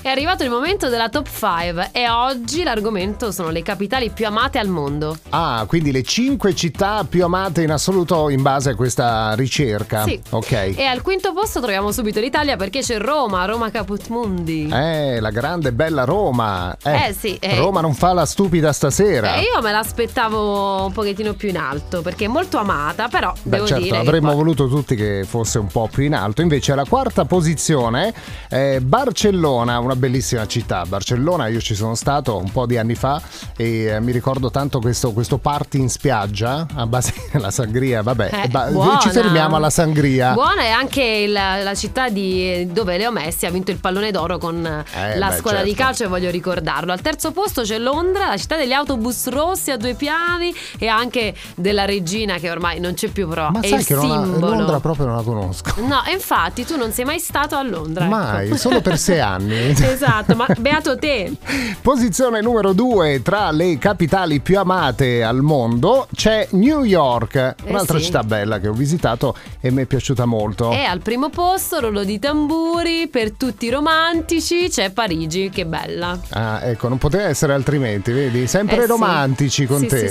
È arrivato il momento della top 5 e oggi l'argomento sono le capitali più amate al mondo. Ah, quindi le 5 città più amate in assoluto in base a questa ricerca. Sì. Ok. E al quinto posto troviamo subito l'Italia perché c'è Roma, Roma Caput Mundi. Eh, la grande e bella Roma. Eh, Eh, sì, eh. Roma non fa la stupida stasera. E io me l'aspettavo un pochettino più in alto perché è molto amata, però Beh, devo certo, dire che avremmo poi- voluto tutti che fosse un po' più in alto. Invece, alla quarta posizione è Barcellona, una bellissima città. Barcellona, io ci sono stato un po' di anni fa e eh, mi ricordo tanto questo, questo party in spiaggia a base della sangria. Vabbè, Eh, ba- buona. ci fermiamo alla sangria. Buona è anche il- la città di- dove Leo Messi ha vinto il pallone d'oro con Eh, la beh, squadra di certo. calcio e voglio ricordarlo. Al terzo posto c'è Londra, la città degli autobus rossi a due piani e anche della regina che ormai non c'è più però Ma è sai il che non la- simbolo. Londra proprio non la conosco. No, e infatti tu non sei mai stato a Londra. ecco. Mai, solo per sei anni. esatto, ma beato te. Posizione numero due tra le capitali più amate al mondo c'è New York, un'altra Eh, sì. Eh. città bella che ho visitato e mi è piaciuta molto. E al primo posto, rullo di tamburi, per tutti i romantici c'è Parigi, che bella. Ah, ecco, non poteva essere altrimenti, vedi? Sempre Eh sì. romantici con Sì, te. sì, sì,